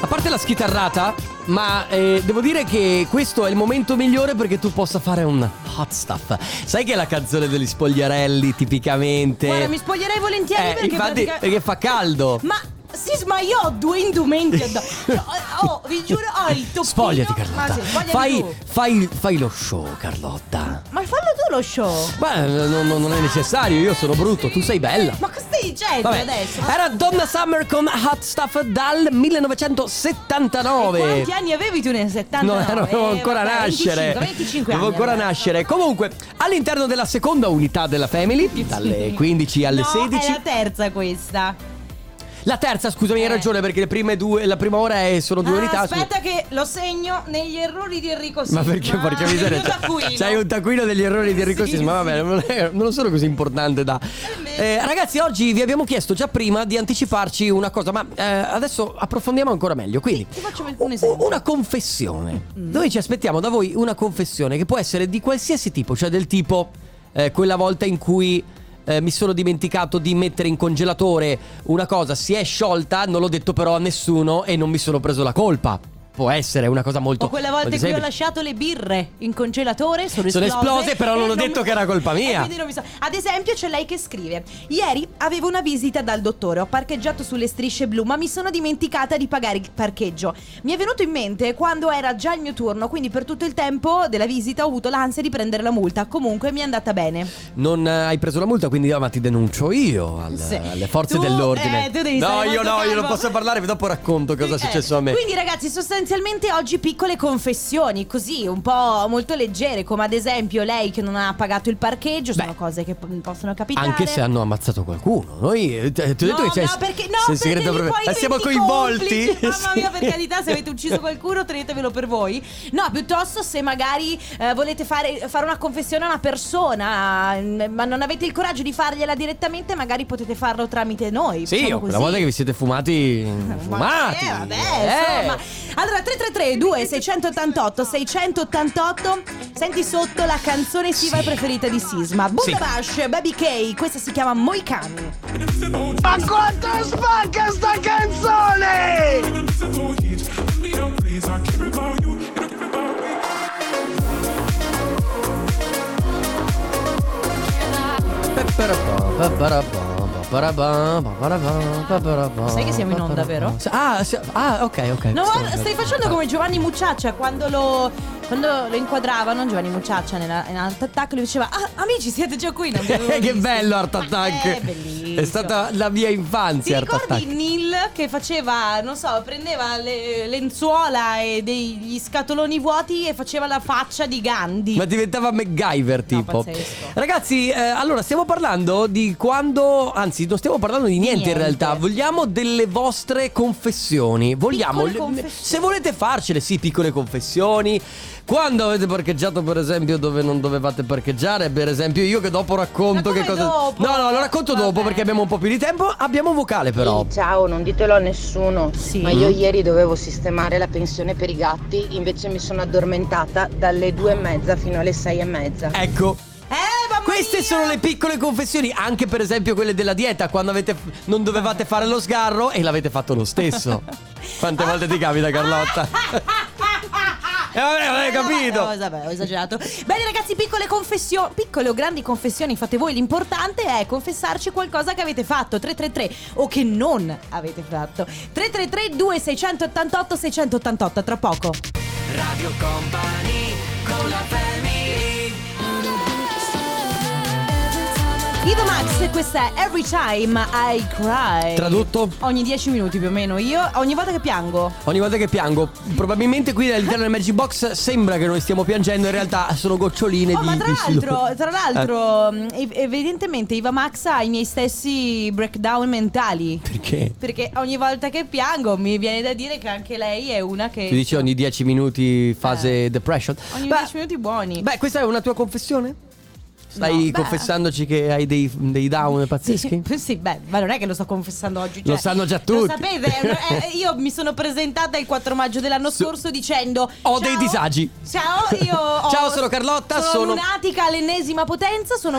Speaker 1: A parte la schitarrata, ma eh, devo dire che questo è il momento migliore perché tu possa fare un hot stuff. Sai che è la canzone degli spogliarelli tipicamente...
Speaker 2: Guarda, mi spoglierei volentieri
Speaker 1: Eh,
Speaker 2: perché...
Speaker 1: infatti,
Speaker 2: pratica-
Speaker 1: perché fa caldo.
Speaker 2: Ma Sisma, io ho due
Speaker 1: [laughs]
Speaker 2: indumenti addosso. Cioè, ho- ho- vi giuro, ho il toppino...
Speaker 1: Spogliati
Speaker 2: Ma,
Speaker 1: Carlotta.
Speaker 2: sì, spogliati
Speaker 1: fai,
Speaker 2: tu.
Speaker 1: fai- fai lo show Carlotta.
Speaker 2: ma fallo tu lo show.
Speaker 1: Ma non, non- non è necessario, io sono brutto, tu sei bella.
Speaker 2: Ma cosa stai dicendo
Speaker 1: Vabbè, eh,
Speaker 2: adesso?
Speaker 1: era Donna Summer con Hot Stuff dal 1979.
Speaker 2: Quanti anni avevi tu nel 79?
Speaker 1: No, ero- dovevo
Speaker 2: Eh,
Speaker 1: ancora
Speaker 2: vabbè,
Speaker 1: nascere.
Speaker 2: 25, 25
Speaker 1: dovevo
Speaker 2: anni.
Speaker 1: ancora
Speaker 2: allora.
Speaker 1: nascere. Comunque, all'interno della seconda unità della Family, dalle 15 alle
Speaker 2: no,
Speaker 1: 16.
Speaker 2: È la terza questa.
Speaker 1: La terza, scusami, hai
Speaker 2: Eh.
Speaker 1: ragione, perché le prime due, la prima ora è- sono due
Speaker 2: Ah,
Speaker 1: unità. scusa.
Speaker 2: aspetta che lo segno negli errori di Enrico Sisma.
Speaker 1: Ma perché porca miseria? cioè,
Speaker 2: Aiuta qui,
Speaker 1: C'hai
Speaker 2: no?
Speaker 1: un taccuino degli errori di Enrico
Speaker 2: Ah, Sì,
Speaker 1: Sisma,
Speaker 2: sì.
Speaker 1: vabbè, non, è- non sono così importante da.
Speaker 2: Invece-
Speaker 1: Eh, ragazzi, oggi vi abbiamo chiesto già prima di anticiparci una cosa, ma eh, adesso approfondiamo ancora meglio. Quindi,
Speaker 2: Ti faccio un
Speaker 1: u-
Speaker 2: esempio. Mm.
Speaker 1: una confessione. Noi ci aspettiamo da voi una confessione che può essere di qualsiasi tipo, cioè del tipo eh, quella volta in cui eh, mi sono dimenticato di mettere in congelatore una cosa, si è sciolta, non l'ho detto però a nessuno e non mi sono preso la colpa. Può essere una cosa molto
Speaker 2: O quella volta
Speaker 1: molto
Speaker 2: in cui ho
Speaker 1: semplice.
Speaker 2: lasciato le birre in congelatore sono,
Speaker 1: Sono
Speaker 2: esplose.
Speaker 1: esplose, però non ho
Speaker 2: e
Speaker 1: detto che era colpa
Speaker 2: e
Speaker 1: mia.
Speaker 2: quindi non mi so- Ad esempio, c'è lei che scrive: Ieri avevo una visita dal dottore, ho parcheggiato sulle strisce blu, ma mi sono dimenticata di pagare il parcheggio. Mi è venuto in mente quando era già il mio turno, quindi per tutto il tempo della visita ho avuto l'ansia di prendere la multa. Comunque mi è andata bene.
Speaker 1: Non eh, hai preso la multa, quindi ah, ma ti denuncio io al-
Speaker 2: Sì.
Speaker 1: alle forze
Speaker 2: Tu,
Speaker 1: dell'ordine.
Speaker 2: eh, tu devi
Speaker 1: no,
Speaker 2: stare
Speaker 1: io
Speaker 2: molto
Speaker 1: no, io non
Speaker 2: calmo.
Speaker 1: posso parlare, dopo racconto cosa è
Speaker 2: Sì, eh.
Speaker 1: successo a me.
Speaker 2: Quindi, ragazzi, sostanzialmente oggi piccole confessioni, così un po' molto leggere, come ad esempio lei che non ha pagato il parcheggio, sono
Speaker 1: Beh.
Speaker 2: cose che p- possono capitare.
Speaker 1: Anche se hanno ammazzato qualcuno, noi eh, t- ti ho detto
Speaker 2: no,
Speaker 1: che c'è
Speaker 2: no, perché, no,
Speaker 1: c'è il
Speaker 2: perché
Speaker 1: segreto
Speaker 2: lì
Speaker 1: proprio- Eh,
Speaker 2: poi
Speaker 1: siamo
Speaker 2: diventi
Speaker 1: coinvolti. [laughs]
Speaker 2: complici. Mamma mia,
Speaker 1: Sì.
Speaker 2: per carità, se avete ucciso qualcuno, tenetevelo per voi. No, piuttosto se magari eh, volete fare, fare una confessione a una persona, mh, ma non avete il coraggio di fargliela direttamente, magari potete farlo tramite noi.
Speaker 1: Sì,
Speaker 2: diciamo
Speaker 1: o quella
Speaker 2: così.
Speaker 1: volta che vi siete fumati.
Speaker 2: Eh,
Speaker 1: Fumati.
Speaker 2: vabbè,
Speaker 1: Eh.
Speaker 2: insomma. Allora, 333 2688 688 Senti sotto la canzone estiva preferita di Sisma. Bunda Bash, Baby K, questa si chiama Moikan.
Speaker 1: Eh,
Speaker 7: Ma quanto spacca sta canzone!
Speaker 2: Sai che siamo in onda, vero?
Speaker 1: Ah, si- ah, ok, ok.
Speaker 2: No, guarda, stai facendo come Giovanni Mucciaccia quando lo, quando lo inquadravano Giovanni Mucciaccia nella, in Art Attack lui diceva "Ah, amici siete già qui non vi avevo
Speaker 1: [laughs] Che
Speaker 2: visto".
Speaker 1: bello Art Attack.
Speaker 2: Eh, bellissimo bellissimo.
Speaker 1: È stata la mia
Speaker 2: Ti
Speaker 1: infanzia. Art
Speaker 2: ricordi
Speaker 1: Attack.
Speaker 2: Neil che faceva, non so, prendeva le lenzuola e degli scatoloni vuoti e faceva la faccia di Gandhi?
Speaker 1: Ma diventava MacGyver tipo.
Speaker 2: pazzesco.
Speaker 1: Ragazzi, eh, allora stiamo parlando di quando, anzi non stiamo parlando di niente, in
Speaker 2: niente.
Speaker 1: realtà, vogliamo delle vostre confessioni. Vogliamo
Speaker 2: Piccole confessioni.
Speaker 1: se volete farcele, sì, piccole confessioni. Quando avete parcheggiato per esempio dove non dovevate parcheggiare, per esempio io che dopo racconto
Speaker 2: Ma
Speaker 1: che
Speaker 2: come
Speaker 1: cosa
Speaker 2: dopo?
Speaker 1: No, no, lo racconto
Speaker 2: Vabbè.
Speaker 1: dopo perché abbiamo un po' più di tempo, abbiamo un vocale però.
Speaker 11: Ciao, non ditelo a nessuno,
Speaker 2: Sì.
Speaker 11: ma io ieri dovevo sistemare la pensione per i gatti, invece mi sono addormentata dalle due e mezza fino alle sei e mezza.
Speaker 1: Ecco,
Speaker 2: Eh, mamma
Speaker 1: Queste
Speaker 2: mia!
Speaker 1: sono le piccole confessioni, anche per esempio quelle della dieta, quando avete- non dovevate fare lo sgarro e l'avete fatto lo stesso.
Speaker 4: [laughs]
Speaker 1: Quante volte ti capita Carlotta? Eh, vabbè, non hai
Speaker 2: No,
Speaker 1: capito.
Speaker 2: vabbè, vabbè, ho esagerato. Bene, ragazzi, piccole confessioni, piccole o grandi confessioni, fate voi. L'importante è confessarci qualcosa che avete fatto 333 o che non avete fatto. 333 2688 688 tra poco.
Speaker 4: Radio Company con la family
Speaker 2: Ivo Max, questa è Every Time I Cry.
Speaker 1: Tradotto?
Speaker 2: Ogni 10 minuti più o meno, io ogni volta che piango.
Speaker 1: Ogni volta che piango, probabilmente qui all'interno del Magic Box sembra che noi stiamo piangendo, in realtà sono goccioline
Speaker 2: Oh,
Speaker 1: di
Speaker 2: ma tra
Speaker 1: di sudore.
Speaker 2: l'altro, tra
Speaker 1: Eh,
Speaker 2: l'altro, mm, ev- evidentemente Iva Max ha i miei stessi breakdown mentali.
Speaker 1: perché?
Speaker 2: Perché ogni volta che piango mi viene da dire che anche lei è una che.
Speaker 1: Ti dice ogni 10 minuti fase depression.
Speaker 2: Eh. ogni
Speaker 1: Beh,
Speaker 2: 10 minuti buoni.
Speaker 1: Beh, questa è una tua confessione? Stai
Speaker 2: No, beh.
Speaker 1: confessandoci che hai dei, dei down pazzeschi?
Speaker 2: Sì, [laughs] sì, beh, ma non è che lo sto confessando oggi.
Speaker 1: Lo
Speaker 2: cioè,
Speaker 1: sanno già
Speaker 2: Lo
Speaker 1: tutti.
Speaker 2: sapete, eh, eh, io mi sono presentata il 4 maggio dell'anno
Speaker 1: Su-
Speaker 2: scorso dicendo:
Speaker 1: Ho
Speaker 2: "Ciao,
Speaker 1: dei disagi."
Speaker 2: Ciao,
Speaker 1: [laughs]
Speaker 2: io ho-
Speaker 1: Ciao, sono Carlotta,
Speaker 2: Sono,
Speaker 1: sono-
Speaker 2: lunatica all'ennesima potenza, sono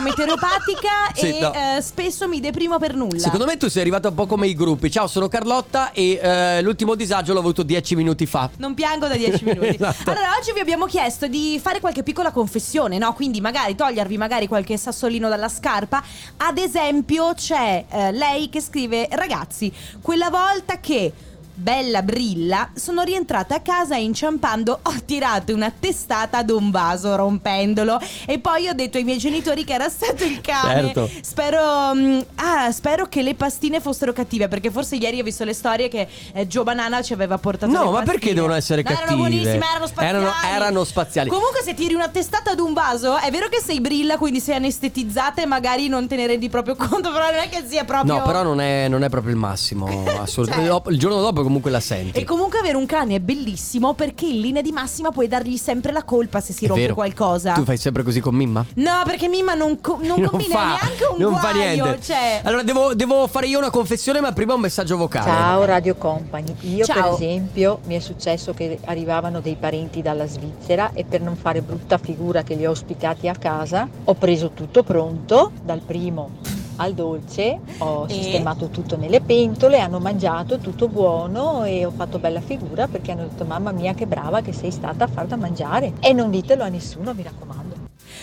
Speaker 1: [laughs]
Speaker 2: meteoropatica
Speaker 1: Sì,
Speaker 2: e
Speaker 1: no.
Speaker 2: eh, spesso mi deprimo per nulla.
Speaker 1: Secondo me tu sei arrivato un po' come i gruppi. Ciao, sono Carlotta e eh, l'ultimo disagio l'ho avuto dieci minuti fa.
Speaker 2: Non piango da
Speaker 1: [laughs]
Speaker 2: 10 minuti.
Speaker 1: Esatto.
Speaker 2: Allora, oggi vi abbiamo chiesto di fare qualche piccola confessione, no? Quindi magari togliervi magari qualche sassolino dalla scarpa. Ad esempio, c'è eh, lei che scrive: Ragazzi, quella volta che. Bella brilla, sono rientrata a casa e inciampando ho tirato una testata ad un vaso rompendolo e poi ho detto ai miei genitori che era stato il cane.
Speaker 1: Certo.
Speaker 2: Spero, mm, ah, spero che le pastine fossero cattive perché forse ieri ho visto le storie che eh, Gio Banana ci aveva portato
Speaker 1: No,
Speaker 2: le
Speaker 1: ma
Speaker 2: pastine.
Speaker 1: perché devono essere
Speaker 2: No, Erano
Speaker 1: cattive?
Speaker 2: buonissime, erano spaziali.
Speaker 1: Erano- erano spaziali.
Speaker 2: Comunque, se tiri una testata ad un vaso, è vero che sei brilla, quindi sei anestetizzata e magari non te ne rendi proprio conto, però non è che sia proprio.
Speaker 1: No, però non è, non è proprio il massimo. assolutamente.
Speaker 2: [laughs] Cioè.
Speaker 1: Dopo- Il giorno dopo comunque la senti.
Speaker 2: E comunque avere un cane è bellissimo perché in linea di massima puoi dargli sempre la colpa se si
Speaker 1: È
Speaker 2: rompe
Speaker 1: vero.
Speaker 2: qualcosa.
Speaker 1: Tu fai sempre così con Mimma?
Speaker 2: No, perché Mimma non, co- non combina neanche un
Speaker 1: non
Speaker 2: guaio.
Speaker 1: fa niente.
Speaker 2: Cioè,
Speaker 1: Allora devo, devo fare io una confessione, ma prima un messaggio vocale.
Speaker 12: Ciao Radio Company, io per
Speaker 2: Ciao.
Speaker 12: esempio mi è successo che arrivavano dei parenti dalla Svizzera e per non fare brutta figura che li ho ospitati a casa ho preso tutto pronto, dal primo al dolce, ho
Speaker 2: E?
Speaker 12: sistemato tutto nelle pentole, hanno mangiato tutto buono e ho fatto bella figura perché hanno detto mamma mia che brava che sei stata a far da mangiare e non ditelo a nessuno mi raccomando.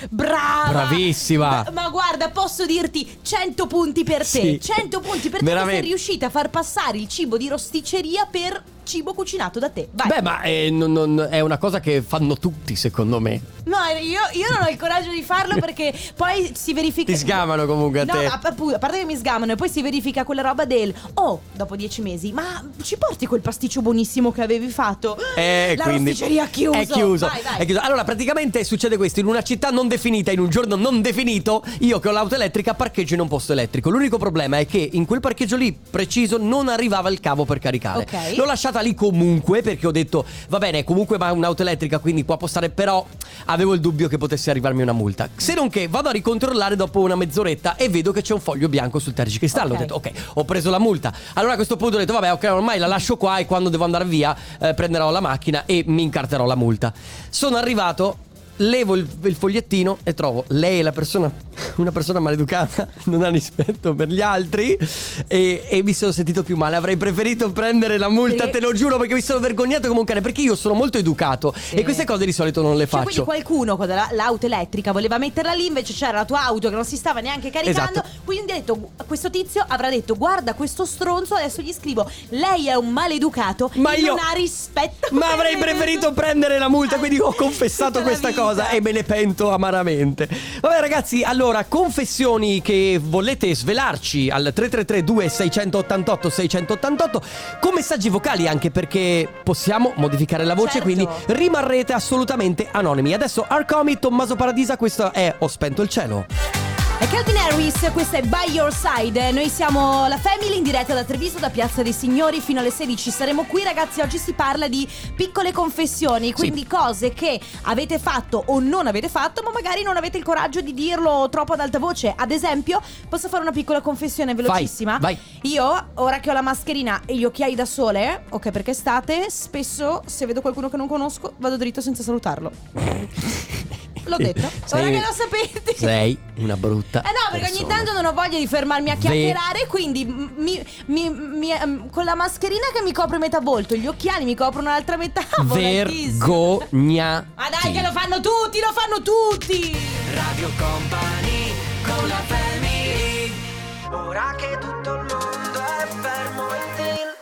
Speaker 2: brava.
Speaker 1: Bravissima.
Speaker 2: Ma, ma guarda, posso dirti 100 punti per te.
Speaker 1: Sì.
Speaker 2: 100 punti per te
Speaker 1: Veramente.
Speaker 2: che sei riuscita a far passare il cibo di rosticceria per cibo cucinato da te. Vai.
Speaker 1: Beh, ma eh, non- non- è una cosa che fanno tutti, secondo me.
Speaker 2: No, io, io non ho il coraggio di farlo perché poi si verifica.
Speaker 1: Ti sgamano comunque a
Speaker 2: No,
Speaker 1: te.
Speaker 2: ma appu- a parte che mi sgamano e poi si verifica quella roba del Oh, dopo dieci mesi, ma ci porti quel pasticcio buonissimo che avevi fatto?
Speaker 1: Eh,
Speaker 2: La
Speaker 1: quindi
Speaker 2: rosticceria ha chiuso
Speaker 1: È chiuso.
Speaker 2: Vai, vai.
Speaker 1: È chiuso. Allora, praticamente succede questo: in una città non definita, in un giorno non definito, io che ho l'auto elettrica parcheggio in un posto elettrico. L'unico problema è che in quel parcheggio lì preciso non arrivava il cavo per caricare.
Speaker 2: Ok.
Speaker 1: L'ho lasciata lì comunque perché ho detto: va bene, comunque va un'auto elettrica, quindi può postare. Però avevo il dubbio che potesse arrivarmi una multa. Se non che vado a ricontrollare dopo una mezz'oretta e vedo che c'è un foglio bianco sul tergicristallo.
Speaker 2: Ok.
Speaker 1: Ho detto: ok, ho preso la multa. Allora a questo punto ho detto: vabbè, ok, ormai la lascio qua e quando devo andare via eh, prenderò la macchina e mi incarterò la multa. Sono arrivato. Levo il, il fogliettino e trovo lei è la persona, [laughs] una persona maleducata, [laughs] non ha rispetto per gli altri e, e mi sono sentito più male. Avrei preferito prendere la multa,
Speaker 2: Sì.
Speaker 1: te lo giuro, perché mi sono vergognato come un cane. Perché io sono molto educato e queste cose di solito non le
Speaker 2: Cioè,
Speaker 1: faccio.
Speaker 2: quindi qualcuno con la- l'auto elettrica voleva metterla lì, invece c'era la tua auto che non si stava neanche caricando.
Speaker 1: Esatto.
Speaker 2: Quindi ha detto: Questo tizio avrà detto: Guarda questo stronzo, adesso gli scrivo: Lei è un maleducato,
Speaker 1: Ma
Speaker 2: e
Speaker 1: io-
Speaker 2: non ha rispetto.
Speaker 1: Ma
Speaker 2: per
Speaker 1: avrei
Speaker 2: me."
Speaker 1: preferito prendere la multa, quindi ho confessato
Speaker 2: Tutta la
Speaker 1: questa
Speaker 2: vita.
Speaker 1: cosa e me ne pento amaramente. Vabbè ragazzi, Allora, confessioni che volete svelarci al 3332 688 688 con messaggi vocali anche perché possiamo modificare la voce,
Speaker 13: Certo.
Speaker 1: quindi rimarrete assolutamente anonimi. Adesso Arcomi, Tommaso Paradisa, questo è Ho spento il cielo.
Speaker 2: E Calvin Harris, questa è By Your Side. Noi siamo la Family in diretta da Treviso, da Piazza dei Signori fino alle 16. Saremo qui, ragazzi. Oggi si parla di piccole confessioni, quindi cose che avete fatto o non avete fatto, ma magari non avete il coraggio di dirlo troppo ad alta voce. Ad esempio, posso fare una piccola confessione velocissima?
Speaker 1: vai.
Speaker 2: Io, ora che ho la mascherina e gli occhiali da sole, ok, perché è estate, spesso se vedo qualcuno che non conosco, vado dritto senza salutarlo.
Speaker 1: [laughs]
Speaker 2: L'ho detto. Ora che lo sapete.
Speaker 1: Sei una brutta.
Speaker 2: Eh no, perché ogni
Speaker 1: persona.
Speaker 2: tanto non ho voglia di fermarmi a
Speaker 1: Ve-
Speaker 2: chiacchierare, quindi m- mi- mi- mi- ehm, con la mascherina che mi copre metà volto, gli occhiali mi coprono l'altra metà. volatissimo.
Speaker 1: Vergogna.
Speaker 2: Ma dai, che lo fanno tutti, lo fanno tutti!
Speaker 4: Radio Company con la family
Speaker 14: Ora che tutto il mondo è fermo e tilt,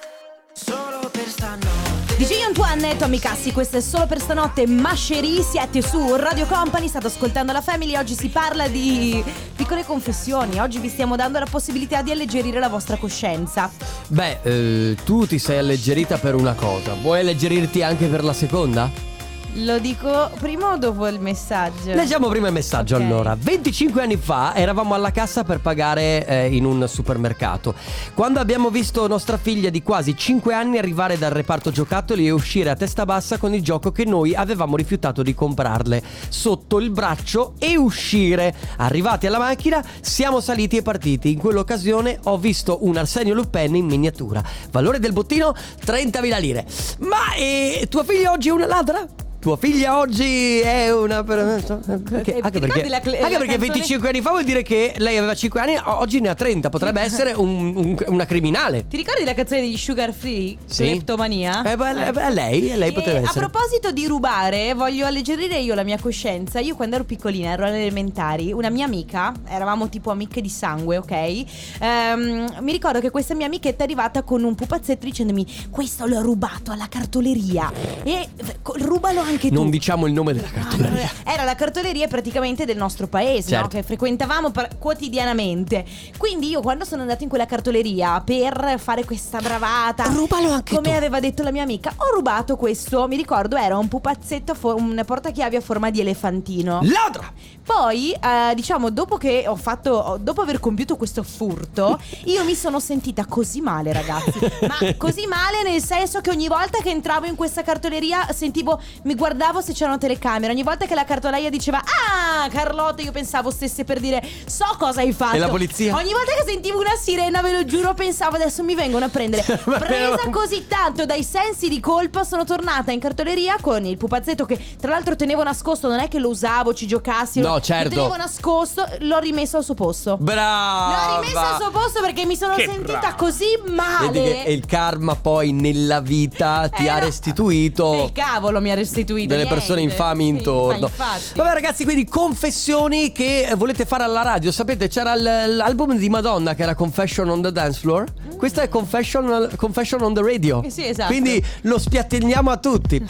Speaker 14: solo per stanotte.
Speaker 2: DJ Antoine e Tommy Cassi, questo è solo per stanotte. Masceri, siete su Radio Company, state ascoltando la Family. Oggi si parla di piccole confessioni. Oggi vi stiamo dando la possibilità di alleggerire la vostra coscienza.
Speaker 1: Beh, eh, tu ti sei alleggerita per una cosa. Vuoi alleggerirti anche per la seconda?
Speaker 2: Lo dico prima o dopo il messaggio?
Speaker 1: Leggiamo prima il messaggio allora. 25 anni fa eravamo alla cassa per pagare eh, in un supermercato. Quando abbiamo visto nostra figlia di quasi 5 anni arrivare dal reparto giocattoli e uscire a testa bassa con il gioco che noi avevamo rifiutato di comprarle sotto il braccio e uscire. Arrivati alla macchina siamo saliti e partiti. In quell'occasione ho visto un Arsenio Lupin in miniatura. Valore del bottino 30.000 lire. Ma eh, tua figlia oggi è una ladra? Tua figlia ogti è una. per- Anche, anche perché,
Speaker 2: ricordi la cl-
Speaker 1: anche
Speaker 2: la
Speaker 1: perché
Speaker 2: canzone?
Speaker 1: 25 anni fa vuol dire che lei aveva 5 anni, o- oggi ne ha 30. Potrebbe essere un- un- una criminale.
Speaker 2: Ti ricordi la canzone degli Sugar Free?
Speaker 1: Sì.
Speaker 2: Cleptomania?
Speaker 1: Eh, beh, eh, beh, lei- lei poteva
Speaker 2: E
Speaker 1: essere.
Speaker 2: A proposito di rubare, voglio alleggerire io la mia coscienza. Io quando ero piccolina, ero alle elementari, una mia amica, eravamo tipo amiche di sangue, ok? Ehm, mi ricordo che questa mia amichetta è arrivata con un pupazzetto dicendomi questo l'ho rubato alla cartoleria e eh, co- rubalo anche tu.
Speaker 1: Non diciamo il nome della cartoleria.
Speaker 2: Ah, Era la cartoleria praticamente del nostro paese,
Speaker 1: Certo.
Speaker 2: no? che frequentavamo per- quotidianamente. Quindi io quando sono andata in quella cartoleria per fare questa bravata, rubalo anche come aveva detto la mia amica, ho rubato questo, mi ricordo era un pupazzetto, a for- un portachiavi a forma di elefantino.
Speaker 1: Ladra!
Speaker 2: Poi, eh, diciamo, dopo che ho fatto, dopo aver compiuto questo furto,
Speaker 1: [laughs]
Speaker 2: io mi sono sentita così male, ragazzi. Ma così male nel senso che ogni volta che entravo in questa cartoleria sentivo, mi guardavo se c'erano telecamere. Ogni volta che la cartolaia diceva, ah, Carlotta, io pensavo stesse per dire, so cosa hai fatto.
Speaker 1: E la polizia?
Speaker 2: Ogni volta che sentivo una sirena, ve lo giuro, pensavo adesso mi vengono a prendere.
Speaker 1: [laughs] Ma però-
Speaker 2: Presa così tanto dai sensi di colpa, sono tornata in cartoleria con il pupazzetto che tra l'altro tenevo nascosto, non è che lo usavo, ci giocassi.
Speaker 1: No,
Speaker 2: lo-
Speaker 1: certo.
Speaker 2: Lo tenevo nascosto, l'ho rimesso al suo posto.
Speaker 1: Brava!
Speaker 2: L'ho rimesso al suo posto perché mi sono
Speaker 1: Che
Speaker 2: sentita
Speaker 1: brava.
Speaker 2: così male. Eh,
Speaker 1: Vedi che il karma poi nella vita ti ha restituito.
Speaker 2: Il cavolo mi ha restituito.
Speaker 1: delle
Speaker 2: niente.
Speaker 1: persone infami
Speaker 2: Sì,
Speaker 1: intorno.
Speaker 2: ma infatti.
Speaker 1: Vabbè ragazzi, quindi confessioni che eh, volete fare alla radio. Sapete, c'era l- l'album di Madonna che era Confession on the Dance Floor. Questa è Confession, Confession on the Radio.
Speaker 2: Mm. Eh sì, esatto.
Speaker 1: Quindi lo spiattiniamo a
Speaker 2: [laughs]
Speaker 1: tutti.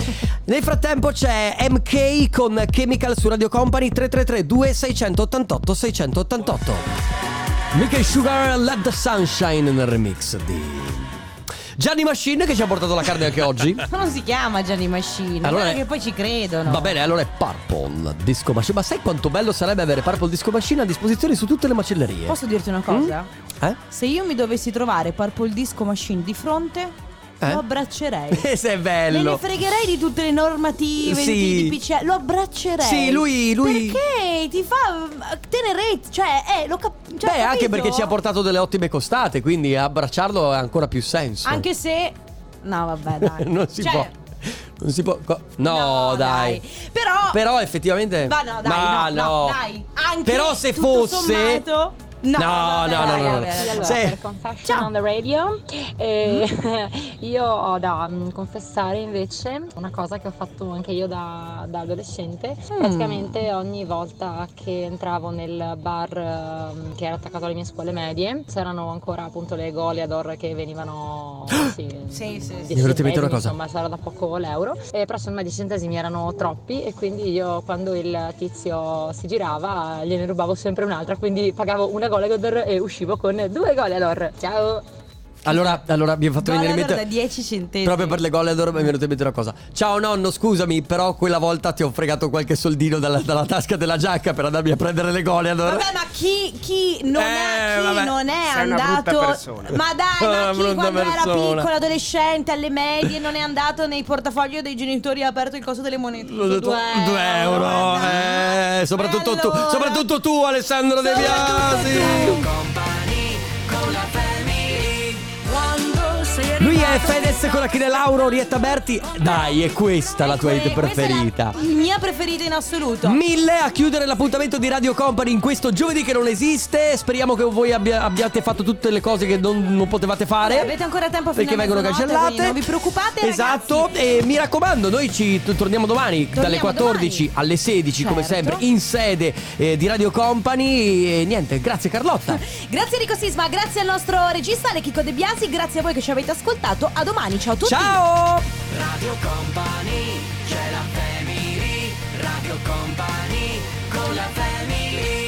Speaker 1: Nel frattempo c'è MK con Chemical su Radio Company 333 2688 688. Michael Sugar Let the Sunshine nel remix di Gianni Machine che ci ha portato la carne anche
Speaker 2: [laughs]
Speaker 1: oggi.
Speaker 2: Ma non si chiama Gianni Mascino.
Speaker 1: Allora
Speaker 2: guarda
Speaker 1: è-
Speaker 2: che poi ci credono.
Speaker 1: Va bene, allora è Purple Disco Machine. Ma sai quanto bello sarebbe avere Purple Disco Machine a disposizione su tutte le macellerie?
Speaker 2: Posso dirti una cosa?
Speaker 1: Eh? [laughs]
Speaker 2: Se io mi dovessi trovare Purple Disco Machine di fronte,
Speaker 1: Eh?
Speaker 2: lo abbraccerei.
Speaker 1: Eh, se è
Speaker 2: Me
Speaker 1: [laughs] bello.
Speaker 2: ne fregherei di tutte le normative,
Speaker 1: Sì.
Speaker 2: di, di PCA, lo abbraccerei.
Speaker 1: Sì, lui- lui-
Speaker 2: Perché ti fa tenerezza, cioè, eh, lo cap- cioè,
Speaker 1: Beh, anche
Speaker 2: capito?
Speaker 1: perché ci ha portato delle ottime costate, quindi abbracciarlo ha ancora più senso. [laughs]
Speaker 2: Anche se... No, vabbè, dai.
Speaker 1: non si
Speaker 2: Cioè,
Speaker 1: può. Non si può. co- No, dai.
Speaker 2: Però...
Speaker 1: Però effettivamente.
Speaker 2: Ma no, dai,
Speaker 1: Ma
Speaker 2: no, no,
Speaker 1: no.
Speaker 2: dai. Anche
Speaker 1: Però se
Speaker 2: tutto
Speaker 1: fosse.
Speaker 2: sommato-
Speaker 1: no, no, no, no,
Speaker 2: No,
Speaker 1: no.
Speaker 13: Ragazzi, allora,
Speaker 1: Sì. Cioè,
Speaker 13: per Confession on the Radio, eh, [laughs] io ho da mm, confessare invece una cosa che ho fatto anche io da, da adolescente. Praticamente ogni volta che entravo nel bar ehm, che era attaccato alle mie scuole medie, c'erano ancora appunto le goleador che [gasps] venivano... Sì, sì, sì.
Speaker 1: Mi è venuta in mente una cosa.
Speaker 13: Insomma, c'era da poco l'euro. E, però insomma 10 centesimi erano troppi e quindi io quando il tizio si girava gliene rubavo sempre un'altra, quindi pagavo una goleador e uscivo con due goleador. Ciao!
Speaker 1: Allora, allora mi è fatto venire in
Speaker 2: Goleador da
Speaker 1: mente
Speaker 2: 10 centesimi.
Speaker 1: Proprio per le gol allora mi è venuta in mente una cosa. Ciao nonno, scusami, però quella volta ti ho fregato qualche soldino dalla, dalla tasca della giacca per andarmi a prendere le gol allora.
Speaker 2: Vabbè, ma chi, chi non,
Speaker 1: Eh,
Speaker 2: è, chi
Speaker 1: vabbè.
Speaker 2: non è
Speaker 1: Sei una
Speaker 2: andato.
Speaker 1: brutta persona.
Speaker 2: Ma dai,
Speaker 1: [laughs] Una
Speaker 2: ma chi
Speaker 1: brutta
Speaker 2: quando era
Speaker 1: persona.
Speaker 2: piccolo, adolescente, alle medie, non è andato nei portafoglio dei genitori e ha aperto il coso delle monete?
Speaker 1: L'ho detto,
Speaker 2: Due
Speaker 1: due euro, eh, soprattutto tu, soprattutto tu Alessandro De Biasi. Lui è Fedez con la Chine Lauro, Rietta Berti. Dai, è questa la
Speaker 2: Ecco,
Speaker 1: tua
Speaker 2: eh,
Speaker 1: hit preferita.
Speaker 2: Mia preferita in assoluto.
Speaker 1: Mille a chiudere l'appuntamento di Radio Company in questo giovedì che non esiste. Speriamo che voi abbia- abbiate fatto tutte le cose che non, non potevate fare.
Speaker 2: Eh, avete ancora tempo fino
Speaker 1: perché
Speaker 2: a
Speaker 1: vengono
Speaker 2: mezzanotte,
Speaker 1: cancellate.
Speaker 2: quindi non vi preoccupate,
Speaker 1: Esatto. E mi raccomando, noi ci t- torniamo domani dalle 14 alle 16, come
Speaker 2: Certo.
Speaker 1: sempre, in sede eh, di Radio Company. E niente, grazie
Speaker 2: [laughs]
Speaker 1: Carlotta.
Speaker 2: Grazie Enrico Sisma, grazie al nostro regista Alechico De Biasi, grazie a voi che ci avete ascoltato. A domani, ciao a tutti.
Speaker 1: Ciao!
Speaker 4: Radio Company, c'è la family, Radio Company, con la family.